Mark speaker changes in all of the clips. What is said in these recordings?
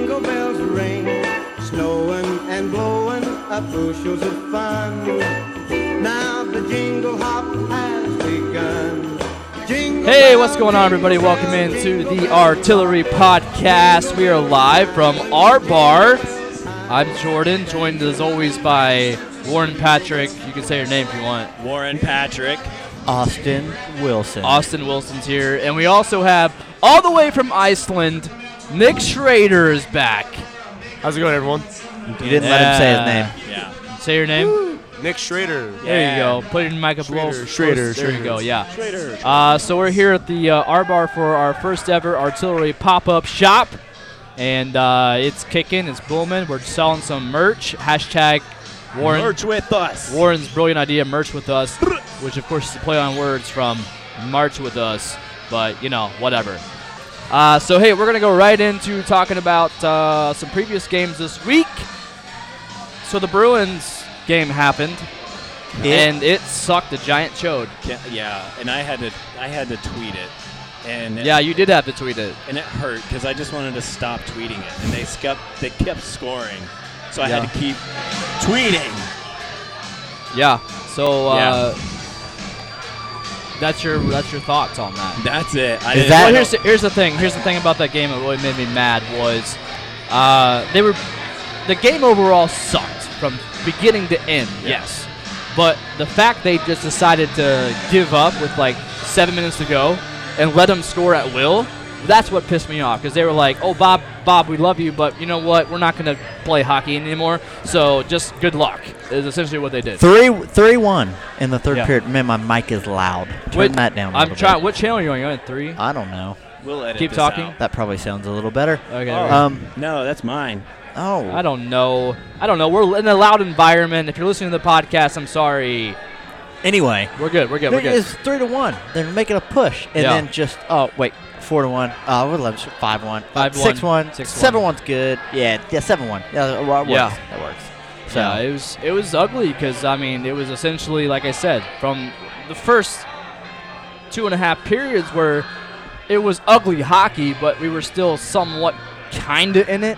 Speaker 1: with rain, snowing and blowing up bushels of fun. Now the jingle hop has begun. Jingle
Speaker 2: Hey, what's
Speaker 1: bell,
Speaker 2: going on, everybody?
Speaker 1: jingle
Speaker 2: Welcome
Speaker 1: bell,
Speaker 2: into
Speaker 1: jingle
Speaker 2: the
Speaker 1: bell
Speaker 2: Artillery Podcast. We are live from our bar. I'm Jordan, joined as always by Warren Patrick. You can say your name if you want.
Speaker 3: Warren Patrick.
Speaker 4: Austin Wilson.
Speaker 2: Austin Wilson's here, and we also have all the way from Iceland, Nick Schrader is back.
Speaker 5: How's it going, everyone?
Speaker 4: you didn't let him say his
Speaker 2: Yeah.
Speaker 4: name.
Speaker 3: Yeah.
Speaker 2: Say your name.
Speaker 5: Nick Schrader.
Speaker 2: There you
Speaker 3: Yeah.
Speaker 2: go. Put it in mic up a little.
Speaker 5: Schrader,
Speaker 2: close.
Speaker 5: Schrader,
Speaker 2: There you
Speaker 5: Schrader.
Speaker 2: go. Yeah.
Speaker 3: Trader.
Speaker 2: Uh, so we're here at the uh, R Bar for our first ever artillery pop-up shop, and uh, it's kicking. It's booming. We're selling some merch. Hashtag Warren
Speaker 3: Merge with us.
Speaker 2: Warren's brilliant idea, merch with us, which of course is a play on words from March with us, but you know whatever. Uh, so hey, we're gonna go right into talking about uh, some previous games this week. So the Bruins game happened, and it sucked. A giant chode.
Speaker 3: Can- yeah, and I had to I had to tweet it, and it-
Speaker 2: Yeah, you did have to tweet it.
Speaker 3: and it hurt because I just wanted to stop tweeting it, and they kept they kept scoring, so I
Speaker 2: Yeah.
Speaker 3: had to keep tweeting.
Speaker 2: Yeah. So uh, that's your that's your thoughts on that.
Speaker 3: That's it. I
Speaker 4: Is
Speaker 3: didn't-
Speaker 4: that-
Speaker 2: Well,
Speaker 3: I don't-
Speaker 2: here's the, here's the thing. Here's the thing about that game that really made me mad was uh, they were the game overall sucked from beginning to end. Yes. But the fact they just decided to give up with like seven minutes to go and let them score at will, that's what pissed me off because they were like, "Oh, Bob, Bob, we love you, but you know what? We're not going to play hockey anymore. So just good luck." Is essentially what they did.
Speaker 4: Three, three, one in the third
Speaker 2: Yeah.
Speaker 4: period. Man, my mic is loud. Turn
Speaker 2: Wait,
Speaker 4: that down. i
Speaker 2: I'm trying. What channel are you on? You're on three.
Speaker 4: I don't know.
Speaker 3: we'll edit
Speaker 2: keep
Speaker 3: this
Speaker 2: talking.
Speaker 3: out.
Speaker 4: That probably sounds a little better.
Speaker 2: Okay.
Speaker 3: All right.
Speaker 4: Um.
Speaker 3: No, that's mine.
Speaker 4: Oh.
Speaker 2: I don't know. I don't know. We're in a loud environment. If you're listening to the podcast, I'm sorry.
Speaker 4: Anyway,
Speaker 2: We're good. We're good. We're good.
Speaker 4: it's three to one. They're making a push, and
Speaker 2: Yeah.
Speaker 4: then just oh wait, four to one. Oh, we're eleven, five one, Uh,
Speaker 2: Five
Speaker 4: six
Speaker 2: one,
Speaker 4: one,
Speaker 2: six
Speaker 4: seven
Speaker 2: one.
Speaker 4: one's good. Yeah, yeah, seven one. Yeah, that works.
Speaker 2: Yeah.
Speaker 4: that works. So
Speaker 2: Yeah, it was it was ugly because I mean it was essentially like I said from the first two and a half periods where it was ugly hockey, but we were still somewhat kinda in it.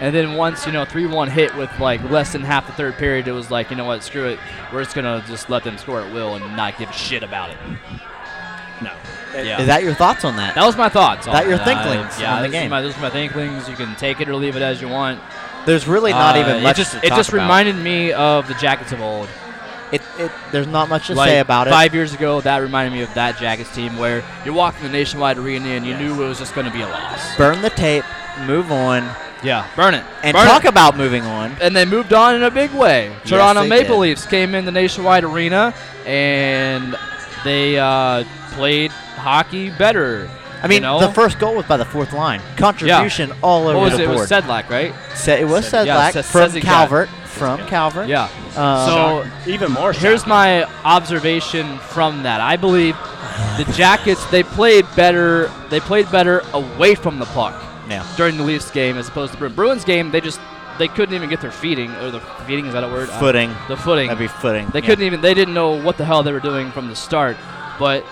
Speaker 2: And then once you know three one hit with like less than half the third period, it was like you know what, screw it, we're just gonna just let them score at will and not give a shit about it.
Speaker 3: No.
Speaker 2: Yeah.
Speaker 4: is that your thoughts on that?
Speaker 2: That was my thoughts.
Speaker 4: That
Speaker 2: on
Speaker 4: your
Speaker 2: it.
Speaker 4: thinklings
Speaker 2: I- yeah,
Speaker 4: on the
Speaker 2: this is
Speaker 4: game.
Speaker 2: my- those are my thinklings. You can take it or leave it as you want.
Speaker 4: There's really not
Speaker 2: Uh,
Speaker 4: even much
Speaker 2: It just,
Speaker 4: to
Speaker 2: it
Speaker 4: talk
Speaker 2: just
Speaker 4: about.
Speaker 2: reminded me of the jackets of old.
Speaker 4: it, it. There's not much to
Speaker 2: like
Speaker 4: say about it.
Speaker 2: five years ago, that reminded me of that jackets team where you walked in the nationwide arena and you knew it was just going to be a loss.
Speaker 4: Burn the tape, move on,
Speaker 2: yeah, burn it
Speaker 4: and
Speaker 2: Burn it.
Speaker 4: talk about moving on.
Speaker 2: and they moved on in a big way. Toronto
Speaker 4: they
Speaker 2: Maple
Speaker 4: did.
Speaker 2: Leafs came in the Nationwide Arena and they uh, played hockey better.
Speaker 4: I mean,
Speaker 2: you know?
Speaker 4: the first goal was by the fourth line. Contribution all over
Speaker 2: what was it?
Speaker 4: the
Speaker 2: It
Speaker 4: board.
Speaker 2: was Sedlak, right?
Speaker 4: Se- it was
Speaker 2: Sed- yeah,
Speaker 4: Sedlak
Speaker 2: Se-
Speaker 4: from
Speaker 2: Sedzikar.
Speaker 4: Calvert. From Calvert.
Speaker 2: Yeah.
Speaker 4: Uh,
Speaker 2: so
Speaker 3: Even more.
Speaker 2: Here's
Speaker 3: shocking.
Speaker 2: my observation from that. I believe the Jackets they played better. They played better away from the puck
Speaker 4: yeah.
Speaker 2: during the Leafs game as opposed to Bruins. Bruins game. They just they couldn't even get their feeding or the feeding is that a word? Uh,
Speaker 4: Footing.
Speaker 2: the footing.
Speaker 4: That'd be footing.
Speaker 2: They
Speaker 4: yeah.
Speaker 2: couldn't even. They didn't know what the hell they were doing from the start. But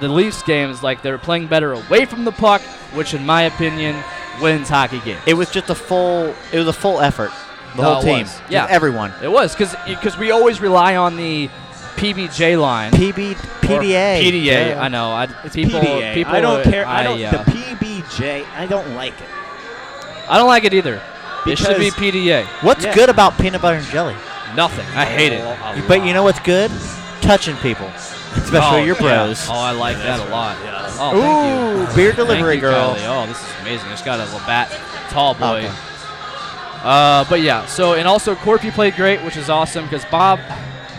Speaker 2: the Leafs game is like they were playing better away from the puck, which in my opinion wins hockey games.
Speaker 4: It was just a full. It was a full effort. The
Speaker 2: No,
Speaker 4: whole
Speaker 2: it
Speaker 4: team.
Speaker 2: was.
Speaker 4: Just
Speaker 2: Yeah.
Speaker 4: Everyone.
Speaker 2: It was because because we always rely on the PBJ line.
Speaker 4: PB. PDA.
Speaker 2: Or PDA.
Speaker 4: Yeah.
Speaker 2: I know. I,
Speaker 3: It's
Speaker 2: people,
Speaker 3: PDA.
Speaker 2: people.
Speaker 3: I don't
Speaker 2: are-
Speaker 3: care. I, don't.
Speaker 2: uh,
Speaker 3: the PBJ. I don't like it.
Speaker 2: I don't like it either. It should be
Speaker 3: Because-
Speaker 2: PDA.
Speaker 4: What's
Speaker 3: Yeah.
Speaker 4: good about peanut butter and jelly?
Speaker 2: Nothing. I hate it.
Speaker 3: A
Speaker 4: But
Speaker 3: lot.
Speaker 4: you know what's good? Touching people, especially
Speaker 2: Oh,
Speaker 4: your
Speaker 2: yeah.
Speaker 4: bros.
Speaker 2: Oh, I like that a lot.
Speaker 3: Yeah.
Speaker 2: Oh, thank you.
Speaker 4: Ooh, beer
Speaker 2: Thank
Speaker 4: delivery
Speaker 2: you,
Speaker 4: girl.
Speaker 2: Kylie. Oh, this is amazing. It's got a little bat, tall boy.
Speaker 4: Okay.
Speaker 2: Uh, but yeah. So and also Corpy played great, which is awesome because Bob.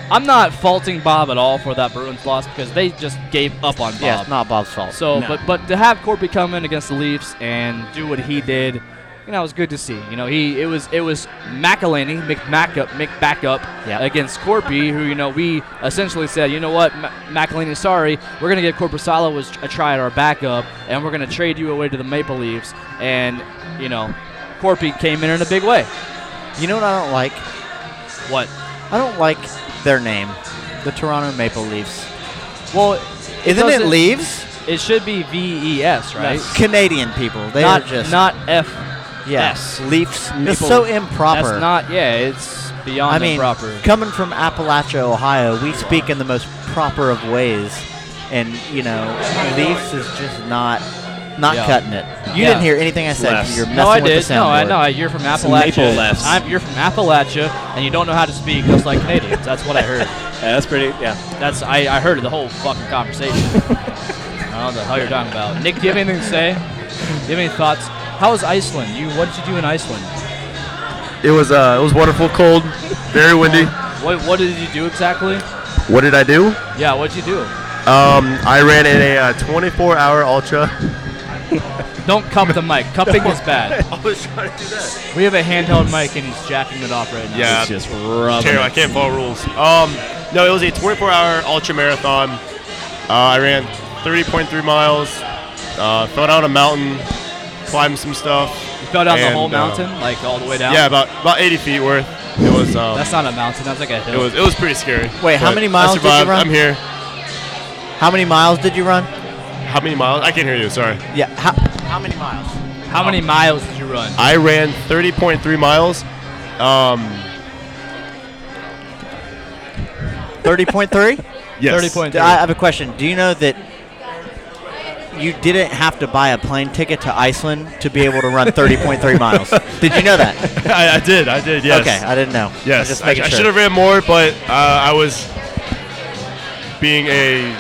Speaker 2: I'm not faulting Bob at all for that Bruins loss because they just gave up on Bob.
Speaker 4: Yeah, it's not Bob's fault.
Speaker 2: So,
Speaker 3: No.
Speaker 2: but but to have Corby come in against the Leafs and do what he did, you know, it was good to see. You know, he it was it was McElhinney, McMackup, McBackup
Speaker 4: Yeah.
Speaker 2: against Corby, who you know we essentially said, you know what, Ma- McElhinney, sorry, we're gonna give Corpusala was a try at our backup, and we're gonna trade you away to the Maple Leafs, and you know, Corby came in in a big way.
Speaker 4: You know what I don't like?
Speaker 2: What?
Speaker 4: I don't like their name, the Toronto Maple Leafs.
Speaker 2: Well,
Speaker 4: Isn't it
Speaker 2: doesn't-
Speaker 4: leaves?
Speaker 2: It should be V E S, right?
Speaker 4: Canadian people. They
Speaker 2: not
Speaker 4: are just
Speaker 2: not F
Speaker 4: Yes. Leafs. It's so improper.
Speaker 2: That's not. Yeah, it's beyond
Speaker 4: I mean,
Speaker 2: improper.
Speaker 4: coming from Appalachia, Ohio, we speak in the most proper of ways, and you know, Leafs is just not not
Speaker 2: Yeah.
Speaker 4: cutting it. You
Speaker 2: Yeah.
Speaker 4: didn't hear anything I said. 'cause
Speaker 3: Less.
Speaker 4: You're messing
Speaker 2: No, I
Speaker 4: with
Speaker 2: did.
Speaker 4: the
Speaker 2: No, I
Speaker 4: soundboard.
Speaker 2: know. You're from
Speaker 3: Some maple
Speaker 2: Appalachia.
Speaker 3: lefts.
Speaker 2: I'm, you're from Appalachia, and you don't know how to speak just like Canadians. That's what I heard.
Speaker 3: Yeah, that's pretty. Yeah.
Speaker 2: That's I, I heard the whole fucking conversation. I don't know what the hell you're talking about. Nick, do you have anything to say? Do you have any thoughts? How was Iceland? You what did you do in Iceland?
Speaker 5: It was uh, it was wonderful, cold, very windy.
Speaker 2: What what did you do exactly?
Speaker 5: What did I do?
Speaker 2: Yeah, what did you do?
Speaker 5: Um, I ran in a uh, 24-hour ultra.
Speaker 2: Don't cup the mic. Cupping is bad.
Speaker 5: I was trying to do that.
Speaker 2: We have a handheld mic and he's jacking it off right now.
Speaker 5: Yeah.
Speaker 3: It's just rubbing.
Speaker 5: Terrible. I can't follow rules. Um, no, it was a 24-hour ultra marathon. Uh, I ran 30.3 miles. Uh, fell down a mountain, climbed some stuff.
Speaker 2: You fell down the
Speaker 5: And,
Speaker 2: whole
Speaker 5: uh,
Speaker 2: mountain, like all the way down.
Speaker 5: Yeah, about about 80 feet worth. It was um,
Speaker 2: That's not a mountain. That's like a hill.
Speaker 5: it was it was pretty scary.
Speaker 4: Wait, how
Speaker 5: but
Speaker 4: many miles
Speaker 5: I
Speaker 4: did you
Speaker 5: survived.
Speaker 4: run?
Speaker 5: I'm here.
Speaker 4: How many miles did you run?
Speaker 5: How many miles? I can't hear you. Sorry.
Speaker 4: Yeah. How, how many miles?
Speaker 2: How many miles did you run?
Speaker 5: I ran 30.3 miles. Um,
Speaker 4: Thirty point three.
Speaker 5: yes.
Speaker 2: Thirty point three.
Speaker 4: I have a question. Do you know that you didn't have to buy a plane ticket to Iceland to be able to run 30.3 miles? Did you know that?
Speaker 5: I, I did. I did. Yes.
Speaker 4: Okay, I didn't know. I was
Speaker 5: Yes.
Speaker 4: just
Speaker 5: I,
Speaker 4: making
Speaker 5: I
Speaker 4: sure.
Speaker 5: should have ran more, but uh, I was being a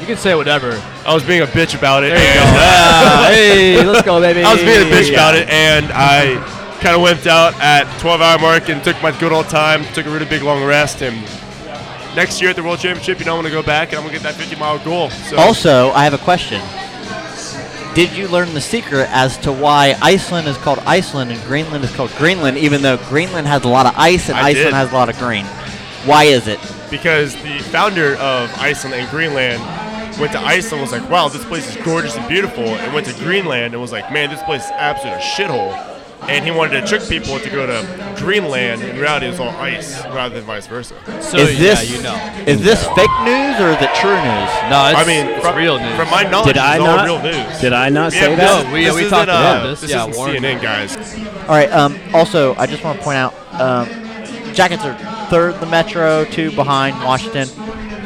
Speaker 2: you can say whatever.
Speaker 5: I was being a bitch about it.
Speaker 2: There you go.
Speaker 5: and, uh,
Speaker 2: Ah, hey, let's go, baby.
Speaker 5: I was being a bitch about it, and I kind of wimped out at 12 hour mark and took my good old time. Took a really big long rest, and next year at the World Championship, you know I'm gonna go back and I'm gonna get that 50 mile goal. So
Speaker 4: Also, I have a question. Did you learn the secret as to why Iceland is called Iceland and Greenland is called Greenland, even though Greenland has a lot of ice and
Speaker 5: I
Speaker 4: Iceland
Speaker 5: did.
Speaker 4: has a lot of green? Why is it?
Speaker 5: because the founder of Iceland and Greenland went to Iceland and was like, wow, this place is gorgeous and beautiful, and went to Greenland and was like, man, this place is absolute shithole. And he wanted to trick people to go to Greenland. In reality, it's all ice rather than vice versa.
Speaker 2: So
Speaker 4: is this
Speaker 2: yeah, you know.
Speaker 4: is this fake news or is it true news?
Speaker 2: No, it's,
Speaker 5: I mean,
Speaker 2: it's
Speaker 5: from,
Speaker 2: real news.
Speaker 5: From my knowledge,
Speaker 3: Did I
Speaker 5: it's
Speaker 3: not?
Speaker 5: all real news.
Speaker 3: Did I not
Speaker 5: Yeah,
Speaker 3: say
Speaker 5: this
Speaker 3: that?
Speaker 5: is-
Speaker 2: No, we-
Speaker 5: this
Speaker 2: we
Speaker 5: isn't,
Speaker 2: talked about
Speaker 5: uh,
Speaker 2: this.
Speaker 5: This
Speaker 2: Yeah,
Speaker 5: isn't
Speaker 2: Warren.
Speaker 5: CNN, guys.
Speaker 4: All right. Um, also, I just want to point out, um, Jackets are third in the Metro, two behind Washington.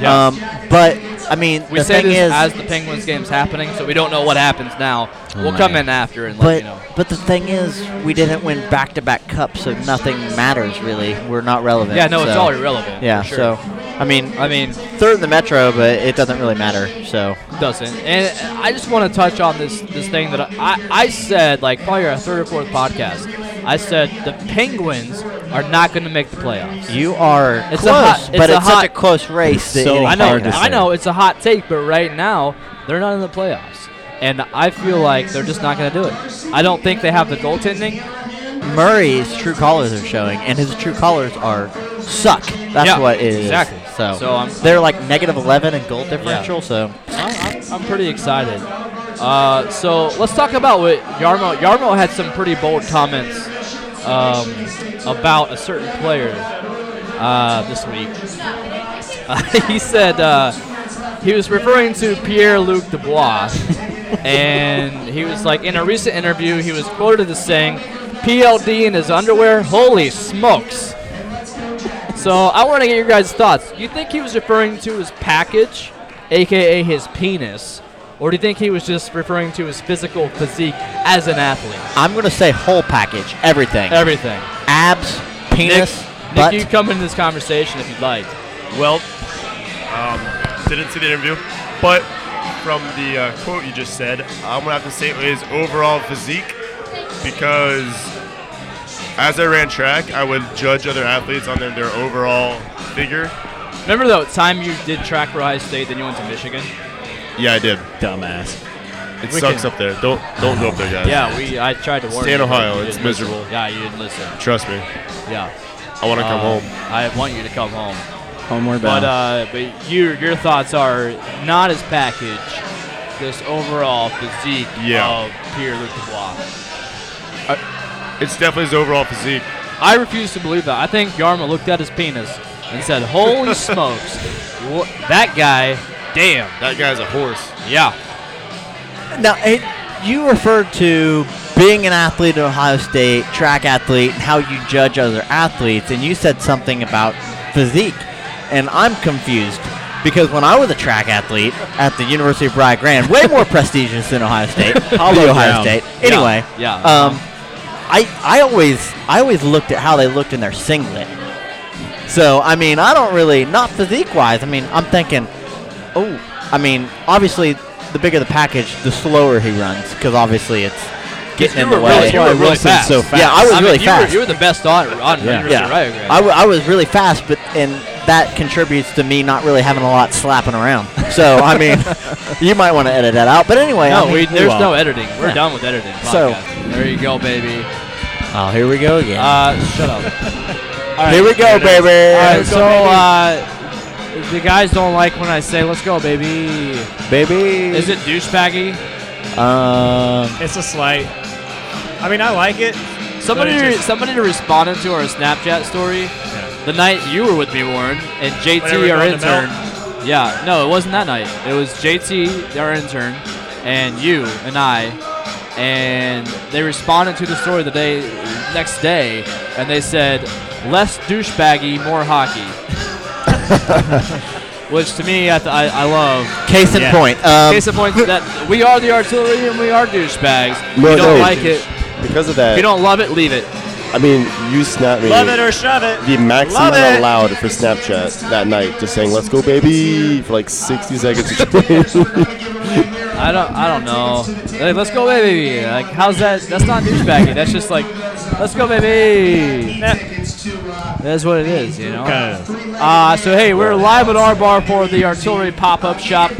Speaker 2: Yeah.
Speaker 4: Um, but I mean,
Speaker 2: we
Speaker 4: the
Speaker 2: say
Speaker 4: thing
Speaker 2: this
Speaker 4: is,
Speaker 2: as the Penguins game's happening, so we don't know what happens now. we'll
Speaker 4: Oh my
Speaker 2: come
Speaker 4: God.
Speaker 2: in after and let
Speaker 4: but
Speaker 2: you know.
Speaker 4: but the thing is, we didn't win back-to-back cups, so nothing matters really. We're not relevant.
Speaker 2: Yeah, no, it's
Speaker 4: so-
Speaker 2: all irrelevant.
Speaker 4: Yeah.
Speaker 2: for sure.
Speaker 4: So, I mean,
Speaker 2: I mean,
Speaker 4: third in the Metro, but it doesn't really matter. So,
Speaker 2: doesn't. And I just want to touch on this this thing that I, I said, like probably our third or fourth podcast. I said the Penguins are not going to make the playoffs.
Speaker 4: you are
Speaker 2: It's a
Speaker 4: close,
Speaker 2: hot-
Speaker 4: but
Speaker 2: it's a
Speaker 4: it's, such
Speaker 2: hot-
Speaker 4: a close race. that
Speaker 3: So
Speaker 4: anything
Speaker 2: I know,
Speaker 3: hard to
Speaker 4: can
Speaker 2: I
Speaker 3: say.
Speaker 2: know, it's a hot take, but right now they're not in the playoffs, and I feel like they're just not going to do it. I don't think they have the goaltending.
Speaker 4: Murray's true colors are showing, and his true colors are suck. That's
Speaker 2: Yeah,
Speaker 4: what it is.
Speaker 2: exactly.
Speaker 4: So,
Speaker 2: So um, I'm-
Speaker 4: they're like negative 11 in goal differential. So
Speaker 2: I- I'm, I'm pretty excited. Uh, so let's talk about what Yarmo. Yarmo had some pretty bold comments um, about a certain player uh, this week. Uh, he said uh, he was referring to Pierre Luc Dubois, and he was like, in a recent interview, he was quoted as saying, "PLD in his underwear, holy smokes." So I want to get your guys' thoughts. You think he was referring to his package, aka his penis, or do you think he was just referring to his physical physique as an athlete?
Speaker 4: I'm gonna say whole package, everything,
Speaker 2: Everything.
Speaker 4: abs, penis,
Speaker 2: Nick,
Speaker 4: butt.
Speaker 2: Nick, you come into this conversation if you'd like.
Speaker 5: Well, um, didn't see the interview, but from the uh, quote you just said, I'm gonna have to say it was overall physique because as I ran track, I would judge other athletes on their, their overall figure.
Speaker 2: Remember the time you did track for Ohio State, then you went to Michigan?
Speaker 5: Yeah, I did.
Speaker 3: Dumbass.
Speaker 5: It
Speaker 2: We
Speaker 5: sucks
Speaker 2: can-
Speaker 5: up there. Don't don't go up there, guys.
Speaker 2: Yeah, we. I tried to warn
Speaker 5: Stay
Speaker 2: you.
Speaker 5: in
Speaker 2: but
Speaker 5: Ohio.
Speaker 2: you
Speaker 5: It's
Speaker 2: didn't listen.
Speaker 5: miserable.
Speaker 2: Yeah, you didn't listen.
Speaker 5: Trust me.
Speaker 2: Yeah.
Speaker 5: I want to come
Speaker 2: Uh,
Speaker 5: home.
Speaker 2: I want you to come home.
Speaker 3: Homeward
Speaker 2: But
Speaker 3: bound.
Speaker 2: uh, but your your thoughts are not his package, this overall physique
Speaker 5: Yeah.
Speaker 2: of Pierre Luc Dubois.
Speaker 5: It's definitely his overall physique.
Speaker 2: I refuse to believe that. I think Yarma looked at his penis and said, "Holy smokes, wha- that guy, damn,
Speaker 5: That guy's a horse.
Speaker 2: yeah."
Speaker 4: now, it, you referred to being an athlete at Ohio State, track athlete, and how you judge other athletes. And you said something about physique, and I'm confused because when I was a track athlete at the University of Rio Grande, way more prestigious than Ohio State,
Speaker 3: Hollow
Speaker 4: the Ohio
Speaker 3: ground.
Speaker 4: State. Anyway,
Speaker 2: yeah.
Speaker 4: Um, I I always I always looked at how they looked in their singlet. So I mean, I don't really not physique wise. I mean, I'm thinking, oh, I mean, obviously, the bigger the package, the slower he runs because obviously it's getting
Speaker 2: You
Speaker 4: in
Speaker 2: were
Speaker 4: the way.
Speaker 2: really, you were really
Speaker 3: Wilson's
Speaker 2: fast.
Speaker 3: so fast.
Speaker 4: Yeah, I was
Speaker 2: mean,
Speaker 4: really
Speaker 2: you
Speaker 4: fast.
Speaker 2: Were, you were the best on on
Speaker 3: Yeah.
Speaker 2: University
Speaker 4: yeah,
Speaker 2: of Rio Grande.
Speaker 4: I, w- I was really fast, but and that contributes to me not really having a lot slapping around. So I mean, you might want to edit that out. But anyway, I
Speaker 2: no,
Speaker 4: mean,
Speaker 2: we, there's
Speaker 4: won't.
Speaker 2: no editing. We're
Speaker 4: Yeah.
Speaker 2: done with editing.
Speaker 4: So-
Speaker 2: Podcast. there you go, baby.
Speaker 4: Oh, here we go again.
Speaker 2: Uh, shut up. All right.
Speaker 4: here we go, baby.
Speaker 2: All right, so uh, if you guys don't like when I say "Let's go, baby,"
Speaker 4: baby.
Speaker 2: is it douchebaggy?
Speaker 4: Um,
Speaker 6: It's a slight. I mean, I like it.
Speaker 2: Somebody,
Speaker 6: But it just-
Speaker 2: somebody to respond into our Snapchat story. The night you were with me, Warren, and JT,
Speaker 6: Whenever we
Speaker 2: our
Speaker 6: go to
Speaker 2: intern. Yeah, no, it wasn't that night. It was JT, our intern, and you and I, and they responded to the story the day next day, and they said, "Less douchebaggy, more hockey," which to me, I, th- I, I love.
Speaker 4: case in
Speaker 6: Yeah.
Speaker 4: point. Um,
Speaker 2: Case in point that we are the artillery and we are douchebags.
Speaker 7: No,
Speaker 2: If you don't
Speaker 7: no.
Speaker 2: like it,
Speaker 7: Because of
Speaker 2: if
Speaker 7: that,
Speaker 2: you don't love it, leave it.
Speaker 7: I mean, you snapped me.
Speaker 6: Love it or shove it.
Speaker 7: the maximum
Speaker 6: Love it.
Speaker 7: allowed for Snapchat that night, just saying "Let's go, baby" for like 60 seconds.
Speaker 2: I don't. I don't know. Like, let's go, baby. Like, how's that? That's not douchebaggy. That's just like, let's go, baby. That's what it is, you know. Uh, so hey, we're live at our bar for the Artillery Pop-Up Shop.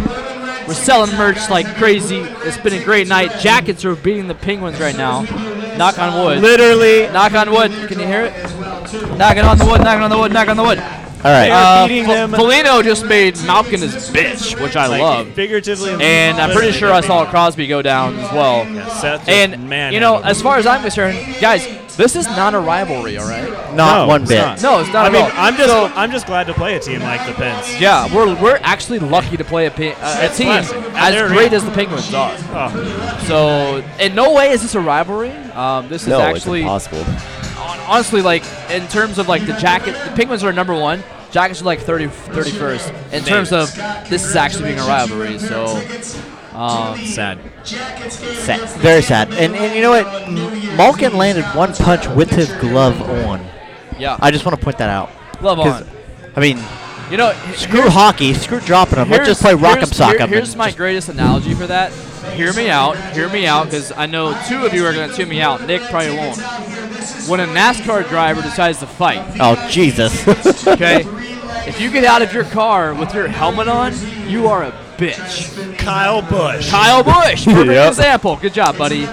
Speaker 2: We're selling merch like crazy. It's been a great night. Jackets are beating the Penguins right now. Knock on wood.
Speaker 6: Literally,
Speaker 2: Knock on wood. Can you hear it? Knocking on the wood. Knocking on the wood. Knocking on the wood.
Speaker 7: All right.
Speaker 2: Uh,
Speaker 6: beating
Speaker 2: Fo-
Speaker 6: them.
Speaker 2: Foligno just made Malkin his bitch, which I
Speaker 6: like,
Speaker 2: love.
Speaker 6: figuratively,
Speaker 2: And I'm pretty
Speaker 6: literally,
Speaker 2: sure I
Speaker 6: they're
Speaker 2: saw Crosby go down as well.
Speaker 6: being- Yeah, Seth just
Speaker 2: And
Speaker 6: man
Speaker 2: you know,
Speaker 6: handled
Speaker 2: as far as I'm concerned, guys, this is not a rivalry, all right?
Speaker 4: not
Speaker 6: No,
Speaker 4: one
Speaker 6: it's
Speaker 4: bit.
Speaker 6: not.
Speaker 2: No, it's not
Speaker 6: I
Speaker 2: at
Speaker 6: mean,
Speaker 2: all.
Speaker 6: I'm just I'm just glad to play a team like the Pens.
Speaker 2: Yeah, we're we're actually lucky to play a, pe- uh, a
Speaker 6: That's
Speaker 2: team
Speaker 6: classic. And they're
Speaker 2: as great
Speaker 6: real.
Speaker 2: as the Penguins are.
Speaker 6: Oh,
Speaker 2: So, in no way is this a rivalry. Um, this is
Speaker 7: no,
Speaker 2: actually
Speaker 7: it's impossible.
Speaker 2: hon- honestly like in terms of like the jacket, the Penguins are number one. Jackets are like 30, 31st. In terms of this is actually being a rivalry, so um,
Speaker 6: sad.
Speaker 4: Sad. Very sad. And, and you know what? M- Malkin landed one punch with his glove on.
Speaker 2: yeah,
Speaker 4: I just want to point that out.
Speaker 2: love
Speaker 4: 'Cause,
Speaker 2: on.
Speaker 4: I mean,
Speaker 2: You know,
Speaker 4: screw hockey, screw dropping them. Let's just play
Speaker 2: Here's-
Speaker 4: rock'em sock'em.
Speaker 2: here-
Speaker 4: and
Speaker 2: here's my
Speaker 4: just-
Speaker 2: greatest analogy for that. Hear me out. Hear me out, because I know two of you are going to tune me out. Nick probably won't. When a NASCAR driver decides to fight,
Speaker 4: oh Jesus!
Speaker 2: okay, if you get out of your car with your helmet on, you are a bitch.
Speaker 6: Kyle Bush.
Speaker 2: Kyle Busch, perfect example. Good job, buddy.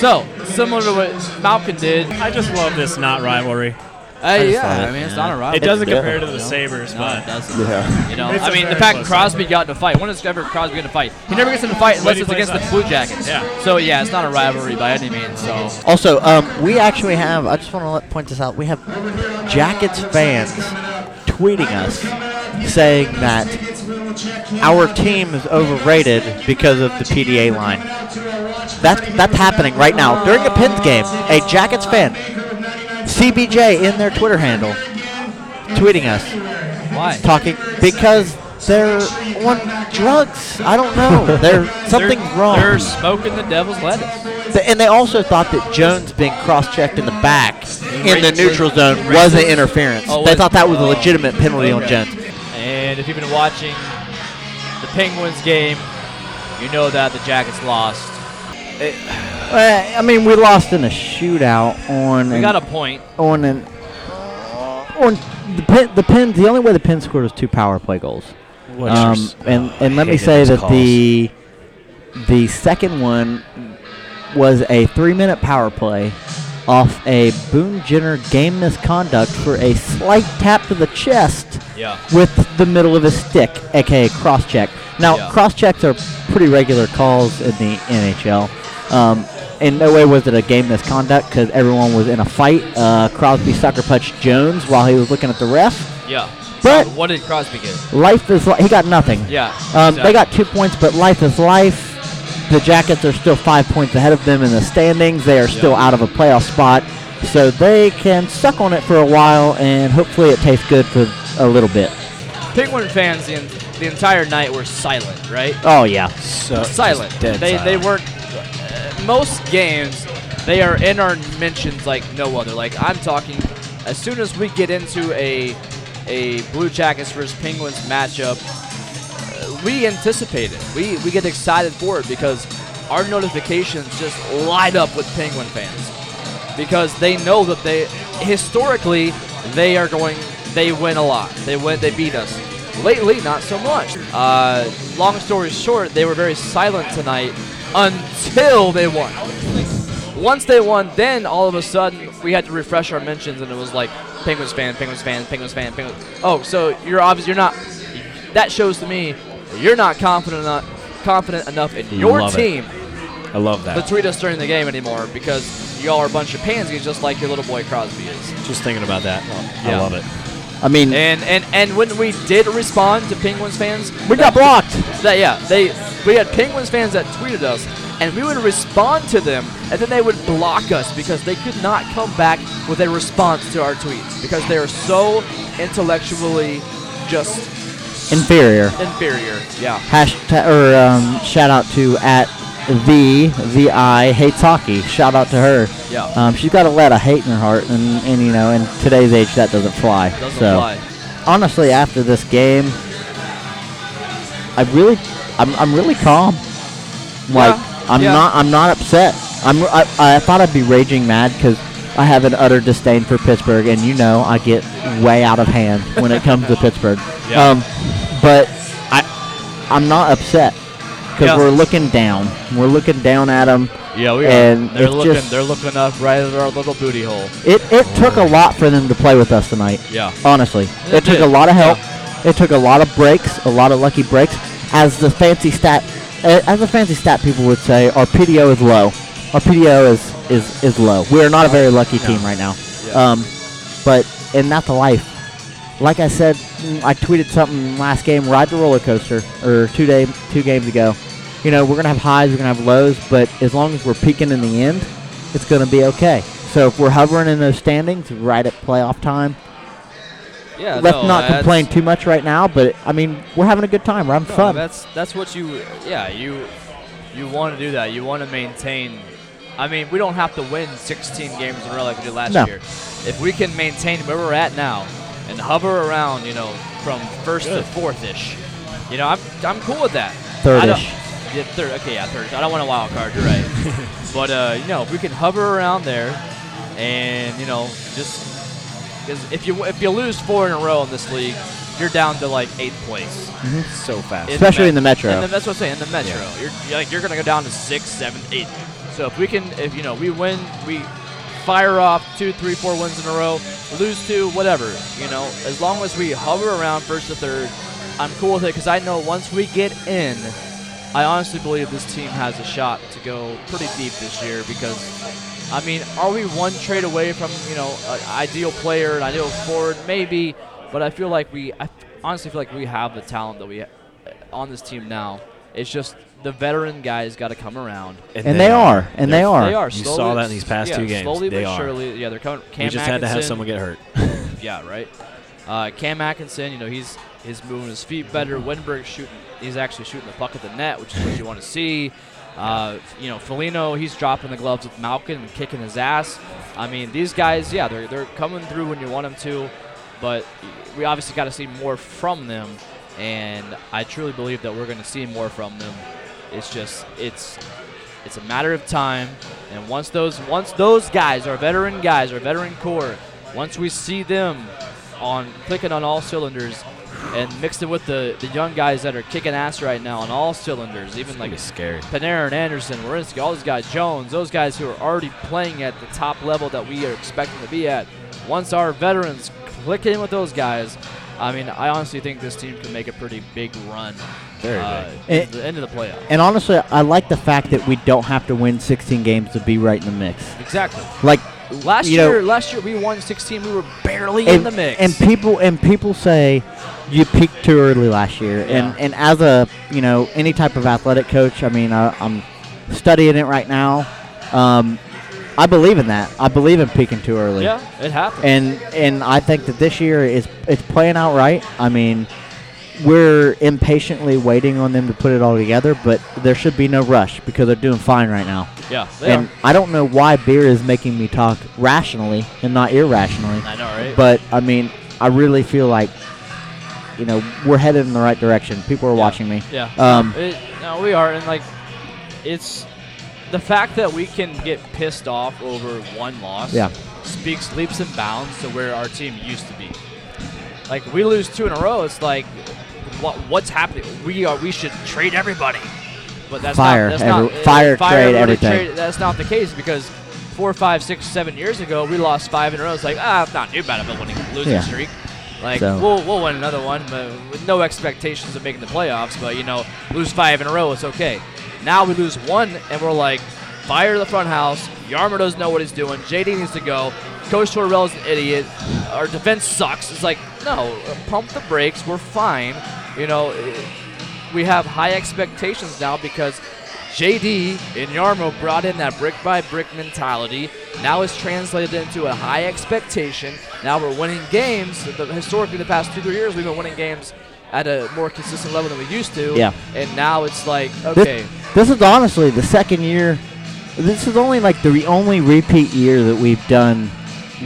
Speaker 2: So similar to what Malcolm did.
Speaker 6: I just love this not rivalry.
Speaker 2: Uh,
Speaker 4: thought
Speaker 2: yeah,
Speaker 4: it-
Speaker 2: I mean it's
Speaker 4: yeah.
Speaker 2: not a rivalry.
Speaker 6: It doesn't
Speaker 7: yeah.
Speaker 6: compare to the Sabers,
Speaker 2: No, it
Speaker 6: but
Speaker 2: doesn't.
Speaker 7: Yeah.
Speaker 2: You know,
Speaker 6: It's
Speaker 2: I
Speaker 6: a
Speaker 2: mean, the
Speaker 6: very
Speaker 2: fact
Speaker 6: close
Speaker 2: Crosby got into a fight. When does ever Crosby get in a fight? He never gets in a fight unless
Speaker 6: he
Speaker 2: it's
Speaker 6: plays
Speaker 2: against the
Speaker 6: us.
Speaker 2: Blue Jackets.
Speaker 6: Yeah.
Speaker 2: So yeah, it's not a rivalry by any means. So
Speaker 4: also, um, we actually have. I just want to let, point this out. We have Jackets fans tweeting us saying that our team is overrated because of the PDA line. That's that's happening right now during a Pens game. A Jackets fan, CBJ, in their Twitter handle, tweeting us.
Speaker 2: why?
Speaker 4: talking because they're on drugs. I don't know. They're something
Speaker 2: they're,
Speaker 4: wrong.
Speaker 2: They're smoking the devil's lettuce.
Speaker 4: Th- and they also thought that Jones being cross-checked in the back in the neutral zone wasn't interference.
Speaker 2: Mm-hmm. Oh,
Speaker 4: they
Speaker 2: was-
Speaker 4: thought that was a
Speaker 2: oh.
Speaker 4: legitimate penalty on Jones.
Speaker 2: And if you've been watching the Penguins game, you know that the Jackets lost.
Speaker 4: Uh, I mean, we lost in a shootout on
Speaker 2: We
Speaker 4: an,
Speaker 2: got a point.
Speaker 4: on an on the pin, the pin. The only way the pin scored was two power play goals. Um, and and let me
Speaker 3: hated
Speaker 4: say
Speaker 3: those
Speaker 4: that
Speaker 3: calls.
Speaker 4: the the second one was a three minute power play off a Boone Jenner game misconduct for a slight tap to the chest
Speaker 2: Yeah.
Speaker 4: with the middle of his stick, aka cross check. Now
Speaker 2: Yeah.
Speaker 4: cross checks are pretty regular calls in the NHL. Um, in no way was it a game misconduct because everyone was in a fight. Uh, Crosby sucker punched Jones while he was looking at the ref.
Speaker 2: Yeah.
Speaker 4: But-
Speaker 2: so what did Crosby get?
Speaker 4: Life is li- he got nothing.
Speaker 2: Yeah.
Speaker 4: Um,
Speaker 2: exactly.
Speaker 4: They got two points, but life is life. the Jackets are still five points ahead of them in the standings. They are still out of a playoff spot, so they can suck on it for a while, and hopefully it tastes good for a little bit.
Speaker 2: Penguin fans the, en- the entire night were silent, right?
Speaker 4: Oh yeah,
Speaker 3: So
Speaker 2: silent.
Speaker 3: dead
Speaker 2: they they
Speaker 3: silent.
Speaker 2: weren't. Uh, most games, they are in our mentions like no other. Like I'm talking, as soon as we get into a a Blue Jackets versus Penguins matchup, uh, we anticipate it. We we get excited for it because our notifications just light up with Penguin fans because they know that they historically they are going they win a lot they win they beat us lately not so much uh, long story short they were very silent tonight until they won once they won then all of a sudden we had to refresh our mentions and it was like penguins fan penguins fan penguins fan penguins oh so you're obvious you're not that shows to me that you're not confident enough confident enough in your
Speaker 3: Love it.
Speaker 2: team
Speaker 3: I love that.
Speaker 2: to tweet us during the game anymore because y'all are a bunch of pansies just like your little boy Crosby is.
Speaker 3: Just thinking about that.
Speaker 2: yeah.
Speaker 3: I love it.
Speaker 4: I mean
Speaker 2: And and and when we did respond to Penguins fans,
Speaker 4: we got blocked.
Speaker 2: that yeah, they we had Penguins fans that tweeted us and we would respond to them and then they would block us because they could not come back with a response to our tweets because they are so intellectually just
Speaker 4: Inferior.
Speaker 2: inferior. Yeah.
Speaker 4: Hashtag or um, shout out to at the v i hates hockey. Shout out to her.
Speaker 2: Yeah.
Speaker 4: Um, she's got a lot of hate in her heart, and, and you know, in today's age, that doesn't fly.
Speaker 2: Doesn't
Speaker 4: so,
Speaker 2: apply.
Speaker 4: honestly, after this game, I really, I'm, I'm really calm. Like, I'm
Speaker 2: yeah.
Speaker 4: not, I'm not upset. I'm, I, I thought I'd be raging mad because I have an utter disdain for Pittsburgh, and you know, I get way out of hand when it comes to Pittsburgh.
Speaker 3: Yeah.
Speaker 4: Um, but I, I'm not upset because
Speaker 2: Yeah.
Speaker 4: we're looking down. We're looking down at them.
Speaker 2: Yeah,
Speaker 4: we are. And
Speaker 2: they're
Speaker 4: it's
Speaker 2: looking
Speaker 4: just-
Speaker 2: they're looking up right at our little booty hole.
Speaker 4: It, it took a lot for them to play with us tonight.
Speaker 2: Yeah.
Speaker 4: Honestly, it,
Speaker 2: It
Speaker 4: took
Speaker 2: did,
Speaker 4: a lot of help. It took a lot of breaks, a lot of lucky breaks. As the fancy stat, uh, as the fancy stat people would say, our PDO is low. Our PDO is is is low. We are not a very lucky team right now.
Speaker 2: Yeah.
Speaker 4: Um, but and that's life. Like I said, mm, I tweeted something last game. Ride the roller coaster, or two day two games ago. You know, we're gonna have highs, we're gonna have lows, but as long as we're peaking in the end, it's gonna be okay. So if we're hovering in those standings right at playoff time,
Speaker 2: Yeah.
Speaker 4: let's
Speaker 2: no,
Speaker 4: not
Speaker 2: that's-
Speaker 4: complain too much right now, but I mean, we're having a good time. We're having
Speaker 2: No,
Speaker 4: fun.
Speaker 2: That's that's what you yeah you you want to do that. You want to maintain. I mean, we don't have to win 16 games in a row like we did last
Speaker 4: No.
Speaker 2: year. If we can maintain where we're at now and hover around, you know, from first to fourth ish, you know, I'm I'm cool with that. I don't-
Speaker 4: Third-ish.
Speaker 2: Yeah, third. Okay, yeah, third. I don't want a wild card. You're right. but uh, you know, if we can hover around there, and you know, just because if you if you lose four in a row in this league, you're down to like eighth place.
Speaker 3: Mm-hmm. So fast.
Speaker 4: Especially in
Speaker 2: Met-
Speaker 4: the Metro.
Speaker 2: and that's what I'm saying. In the metro, you're, you're like you're gonna go down to sixth, seventh, eighth. So if we can, if you know, we win, we fire off two, three, four wins in a row, lose two, whatever. You know, as long as we hover around first to third, I'm cool with it because I know once we get in, I honestly believe this team has a shot to go pretty deep this year because. I mean, are we one trade away from you know an ideal player, an ideal forward, maybe? But I feel like we, I honestly feel like we have the talent that we on this team now. It's just the veteran guys got to come around.
Speaker 4: and they are. And they
Speaker 3: they're-
Speaker 4: are.
Speaker 2: They are.
Speaker 3: You
Speaker 2: slowly-
Speaker 3: saw that in these past
Speaker 2: yeah,
Speaker 3: two games.
Speaker 2: Slowly
Speaker 3: They
Speaker 2: but
Speaker 3: are.
Speaker 2: surely, yeah, they're coming. Cam
Speaker 3: We just had to have
Speaker 2: Atkinson-
Speaker 3: someone get hurt.
Speaker 2: Yeah, right. Uh, Cam Atkinson, you know, he's he's moving his feet better. Winberg's shooting. He's actually shooting the puck at the net, which is what you want to see. Uh, you know, Felino, he's dropping the gloves with Malkin and kicking his ass. I mean, these guys, yeah, they're they're coming through when you want them to, but we obviously got to see more from them, and I truly believe that we're going to see more from them. It's just it's it's a matter of time, and once those once those guys, our veteran guys, our veteran core, once we see them on clicking on all cylinders, and mixed it with the, the young guys that are kicking ass right now on all cylinders, even like
Speaker 3: It's scary.
Speaker 2: Panarin, Anderson, Warinsky, all those guys, Jones, those guys who are already playing at the top level that we are expecting to be at. Once our veterans click in with those guys, I mean, I honestly think this team can make a pretty big run.
Speaker 3: Very
Speaker 2: uh,
Speaker 4: big.
Speaker 2: into the end of the playoff.
Speaker 4: And honestly, I like the fact that we don't have to win 16 games to be right in the mix.
Speaker 2: Exactly.
Speaker 4: Like
Speaker 2: Last
Speaker 4: You know-
Speaker 2: year, last year we won 16. We were barely in
Speaker 4: and,
Speaker 2: the mix.
Speaker 4: and people and people say you peaked too early last year. And and as a you know any type of athletic coach, I mean I, I'm studying it right now. Um, I believe in that. I believe in peaking too early.
Speaker 2: Yeah, it happened.
Speaker 4: And and I think that this year is it's playing out right. I mean, we're impatiently waiting on them to put it all together, but there should be no rush because they're doing fine right now.
Speaker 2: yeah, they
Speaker 4: and
Speaker 2: are.
Speaker 4: I don't know why beer is making me talk rationally and not irrationally.
Speaker 2: I know, right?
Speaker 4: But I mean, I really feel like you know we're headed in the right direction. People are watching me.
Speaker 2: Yeah.
Speaker 4: Um,
Speaker 2: It, no, we are, and like, it's the fact that we can get pissed off over one loss.
Speaker 4: Yeah.
Speaker 2: Speaks leaps and bounds to where our team used to be. Like we lose two in a row, it's like, what what's happening? We are we should trade everybody. But that's
Speaker 4: Fire,
Speaker 2: not that's
Speaker 4: every-
Speaker 2: not eh,
Speaker 4: fire, trade,
Speaker 2: everybody,
Speaker 4: everything.
Speaker 2: that's not the case because four, five, six, seven years ago we lost five in a row. It's like ah, it's not new about a winning losing
Speaker 4: Yeah.
Speaker 2: streak. Like
Speaker 4: So-
Speaker 2: we'll we'll win another one, but with no expectations of making the playoffs. But you know, lose five in a row, it's okay. Now we lose one, and we're like, fire the front house. Yarmer doesn't know what he's doing. JD needs to go. Coach Torrell's an idiot. Our defense sucks. It's like, no, pump the brakes. We're fine. You know, eh, we have high expectations now because JD and Yarmo brought in that brick by brick mentality. Now it's translated into a high expectation. Now we're winning games. The- historically, the past two, three years, we've been winning games at a more consistent level than we used to.
Speaker 4: Yeah.
Speaker 2: And now it's like,
Speaker 4: This,
Speaker 2: okay,
Speaker 4: this is honestly the second year. This is only like the re- only repeat year that we've done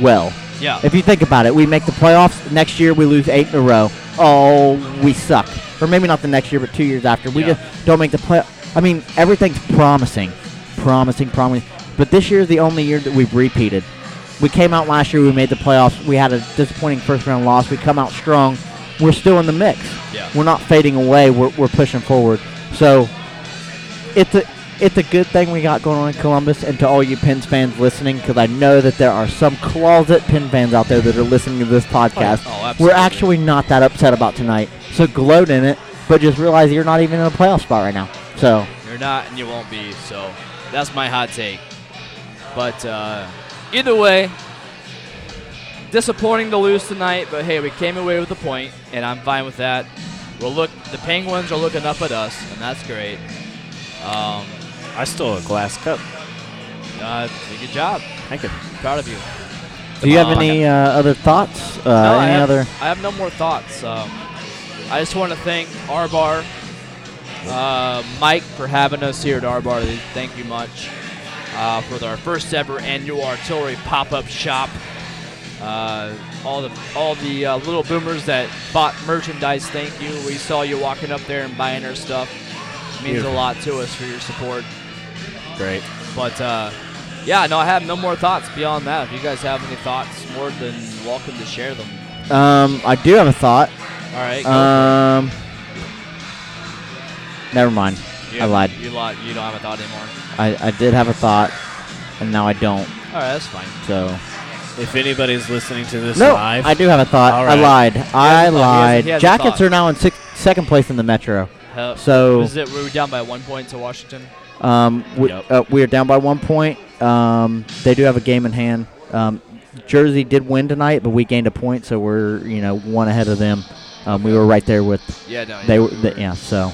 Speaker 4: well.
Speaker 2: yeah,
Speaker 4: If you think about it, we make the playoffs. Next year, we lose eight in a row. Oh, we suck. Or maybe not the next year, but two years after. We
Speaker 2: Yeah.
Speaker 4: just don't make the play. I mean, everything's promising, promising, promising. But this year is the only year that we've repeated. We came out last year. We made the playoffs. We had a disappointing first round loss. We come out strong. We're still in the mix.
Speaker 2: Yeah.
Speaker 4: We're not fading away. We're, we're pushing forward. So it's a it's a good thing we got going on in Columbus, and to all you Pens fans listening, because I know that there are some closet Pin fans out there that are listening to this podcast.
Speaker 2: Oh, absolutely.
Speaker 4: We're actually not that upset about tonight, so gloat in it, but just realize you're not even in a playoff spot right now. So
Speaker 2: you're not and you won't be. So that's my hot take. But uh, either way, disappointing to lose tonight, but hey, we came away with a point, and I'm fine with that. We'll look. The Penguins are looking up at us, and that's great. Um,
Speaker 3: I stole a glass cup.
Speaker 2: uh, good job.
Speaker 3: Thank you.
Speaker 2: Proud of you.
Speaker 4: do you have
Speaker 2: Uh,
Speaker 4: any uh, other thoughts? Uh,
Speaker 2: No, I
Speaker 4: any
Speaker 2: have,
Speaker 4: other?
Speaker 2: I have no more thoughts. Um, I just want to thank R Bar, uh, Mike for having us here at R Bar. Thank you much uh, for our first ever annual artillery pop-up shop. Uh, all the all the uh, little boomers that bought merchandise, thank you. We saw you walking up there and buying our stuff. It means a lot to us for your support.
Speaker 3: Great.
Speaker 2: But uh, yeah, no, I have no more thoughts beyond that. If you guys have any thoughts, more than welcome to share them.
Speaker 4: Um, I do have a thought.
Speaker 2: All right. go
Speaker 4: Um, never mind.
Speaker 2: You-
Speaker 4: I lied.
Speaker 2: You lied. You don't have a thought anymore.
Speaker 4: I, I did have a thought, and now I don't.
Speaker 2: All right, that's fine.
Speaker 4: So.
Speaker 3: If anybody's listening to this
Speaker 4: No,
Speaker 3: live,
Speaker 4: I do have a thought.
Speaker 3: All
Speaker 4: I
Speaker 3: right.
Speaker 4: lied. I
Speaker 2: a thought. He has a-
Speaker 4: lied.
Speaker 2: he has a
Speaker 4: Jackets
Speaker 2: thought.
Speaker 4: are now in six, second place in the Metro.
Speaker 2: Hell-
Speaker 4: So-
Speaker 2: is it we were down by one point to Washington?
Speaker 4: Um, we,
Speaker 3: Yep.
Speaker 4: uh, we are down by one point. Um, they do have a game in hand. Um, Jersey did win tonight, but we gained a point, so we're you know one ahead of them. Um, we were right there with
Speaker 2: Yeah, no.
Speaker 4: they were the, yeah. So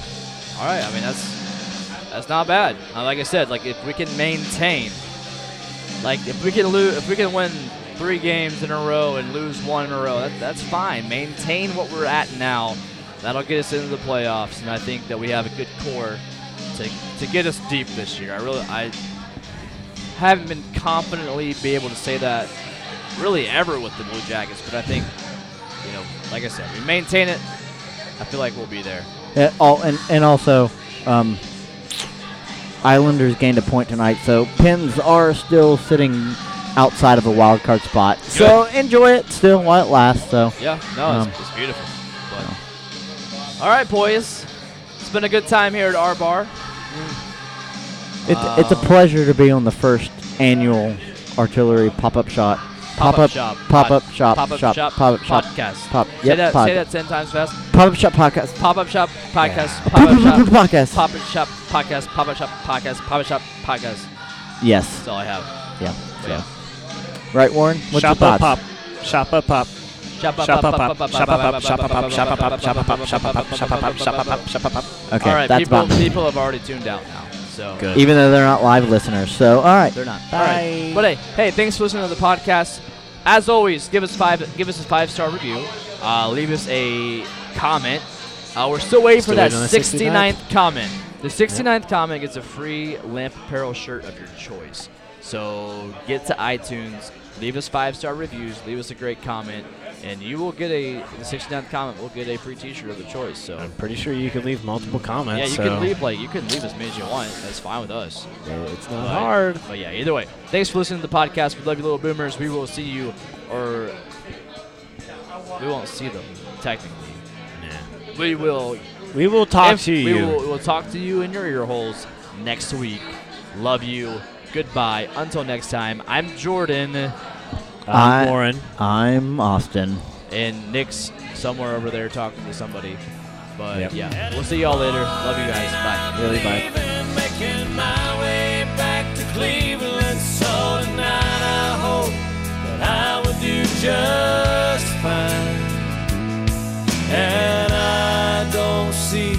Speaker 2: All right. I mean, that's that's not bad. Uh, Like I said, like if we can maintain, like if we can lose, if we can win three games in a row and lose one in a row, that, that's fine. Maintain what we're at now. That'll get us into the playoffs, and I think that we have a good core to to get us deep this year. I really I haven't been confidently be able to say that really ever with the Blue Jackets, but I think you know, like I said, we maintain it. I feel like we'll be there.
Speaker 4: and, Uh, all, and and also um, Islanders gained a point tonight, so Pens are still sitting outside of a wild card spot. So enjoy it still while it lasts. So.
Speaker 2: Yeah, no,
Speaker 4: Um,
Speaker 2: it's, it's beautiful. But. All right, boys. It's been a good time here at our bar.
Speaker 4: It's, it's a
Speaker 2: Um,
Speaker 4: pleasure to be on the first annual artillery pop-up shot. Pop-up
Speaker 2: shop.
Speaker 4: Pop-up
Speaker 2: pod-
Speaker 4: shop.
Speaker 2: Pop-up
Speaker 4: shop.
Speaker 2: shop.
Speaker 4: Pop-up shop.
Speaker 2: Podcast.
Speaker 4: Pop.
Speaker 2: say,
Speaker 4: Yep.
Speaker 2: that,
Speaker 4: pod-
Speaker 2: say that ten times fast.
Speaker 4: Pop-up shop podcast.
Speaker 2: Pop-up shop podcast. Pop-up shop.
Speaker 4: Podcast.
Speaker 2: Pop-up shop podcast. Pop-up shop podcast. Pop-up shop podcast. That's
Speaker 4: Yes.
Speaker 2: all I have.
Speaker 4: Yeah.
Speaker 2: But yeah.
Speaker 4: Right, Warren. What's
Speaker 6: Shop
Speaker 4: your
Speaker 6: up,
Speaker 4: thoughts?
Speaker 6: pop. Shop up, pop.
Speaker 2: Shop
Speaker 6: Shop up, pop. Shop up, pop. Shop up, pop. Shop up, pop. Shop up, pop. Shop up, pop. Shop up, pop. Shop up, pop. Shop up, pop. Shop up, pop.
Speaker 4: Okay,
Speaker 2: all right,
Speaker 4: that's
Speaker 2: people,
Speaker 4: about
Speaker 2: people have already tuned out now. So
Speaker 8: Good.
Speaker 4: Even though they're not live listeners. So, all right.
Speaker 2: they're not.
Speaker 4: Bye.
Speaker 2: But hey, hey, thanks for listening to the podcast. As always, give us five, give us a five star review. Uh, leave us a comment. Uh, we're still waiting
Speaker 8: Still
Speaker 2: for that
Speaker 8: waiting on the
Speaker 2: 69th, comment. The 69th comment gets a free Lamp Apparel shirt of your choice. So get to iTunes, leave us five star reviews, leave us a great comment, and you will get a the 69th comment. will get a free T-shirt of your choice. So.
Speaker 8: I'm pretty sure you can leave multiple comments.
Speaker 2: Yeah, you
Speaker 8: so
Speaker 2: can leave like you can leave as many as you want. That's fine with us.
Speaker 8: It's not
Speaker 2: But-
Speaker 8: hard.
Speaker 2: But yeah, either way, thanks for listening to the podcast. We love you, little boomers. We will see you, or we won't see them technically. We will
Speaker 8: We will talk
Speaker 2: if-
Speaker 8: to
Speaker 2: We
Speaker 8: you.
Speaker 2: will, we will talk to you in your ear holes next week. Love you. Goodbye. Until next time. I'm Jordan,
Speaker 3: uh,
Speaker 4: I-
Speaker 8: I'm Warren.
Speaker 4: I'm Austin.
Speaker 2: and Nick's somewhere over there talking to somebody. But
Speaker 8: Yep.
Speaker 2: yeah, we'll see y'all later. Love you guys. Bye.
Speaker 4: Really, bye.
Speaker 3: making my way back to Cleveland. So tonight I hope that I will do just fine. And I don't see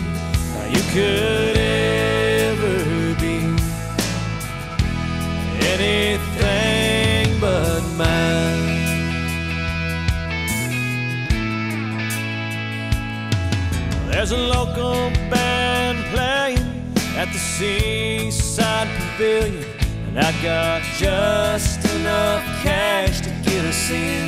Speaker 3: how you could ever be anything but mine. There's a local band playing at the seaside pavilion, and I got just enough cash to get us in.